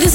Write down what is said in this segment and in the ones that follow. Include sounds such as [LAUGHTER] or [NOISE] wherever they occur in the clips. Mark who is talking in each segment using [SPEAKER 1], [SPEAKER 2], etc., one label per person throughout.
[SPEAKER 1] this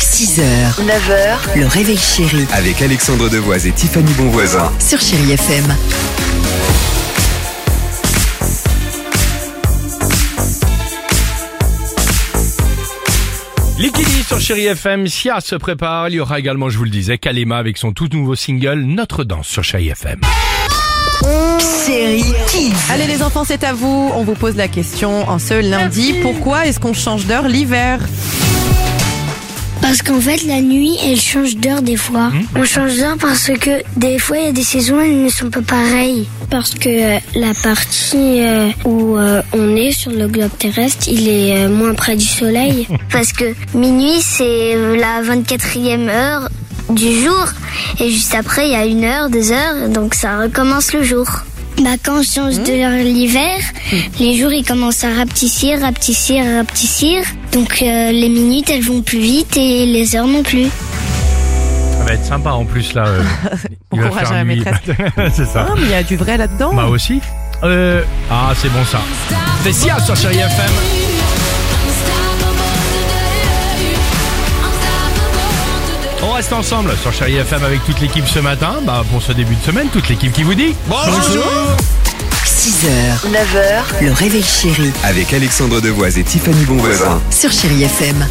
[SPEAKER 2] 6h, 9h, le réveil chéri
[SPEAKER 3] avec Alexandre Devoise et Tiffany Bonvoisin.
[SPEAKER 2] sur Chérie FM.
[SPEAKER 4] Liquidi sur Chéri FM, Sia se prépare. Il y aura également, je vous le disais, Kalema avec son tout nouveau single Notre Danse sur Chéri FM.
[SPEAKER 2] Série Kids.
[SPEAKER 5] Allez les enfants, c'est à vous. On vous pose la question en ce lundi. Pourquoi est-ce qu'on change d'heure l'hiver
[SPEAKER 6] Parce qu'en fait, la nuit, elle change d'heure des fois. On change d'heure parce que des fois, il y a des saisons, elles ne sont pas pareilles. Parce que euh, la partie euh, où euh, on est sur le globe terrestre, il est euh, moins près du soleil. parce que minuit, c'est la 24e heure du jour. Et juste après, il y a une heure, deux heures, donc ça recommence le jour. Hmm. Bah, quand on change de l'heure l'hiver, les jours ils commencent à rapetissir, rapetissir, rapetissir. Donc euh, les minutes elles vont plus vite et les heures non plus.
[SPEAKER 4] Ça va être sympa en plus là. euh, il
[SPEAKER 5] Bon
[SPEAKER 4] va
[SPEAKER 5] courage
[SPEAKER 4] faire
[SPEAKER 5] à la
[SPEAKER 4] nuit. [LAUGHS] c'est ça.
[SPEAKER 5] Hein, mais Il y a du vrai là-dedans.
[SPEAKER 4] Moi aussi. Euh, ah, c'est bon ça. C'est Sia sur Chéri FM. On reste ensemble sur Chéri FM avec toute l'équipe ce matin. Bah, pour ce début de semaine, toute l'équipe qui vous dit.
[SPEAKER 7] Bonjour.
[SPEAKER 2] 6h, 9h, le réveil chéri
[SPEAKER 3] Avec Alexandre Devoise et Tiffany Bonvoisin.
[SPEAKER 2] sur Chérie FM.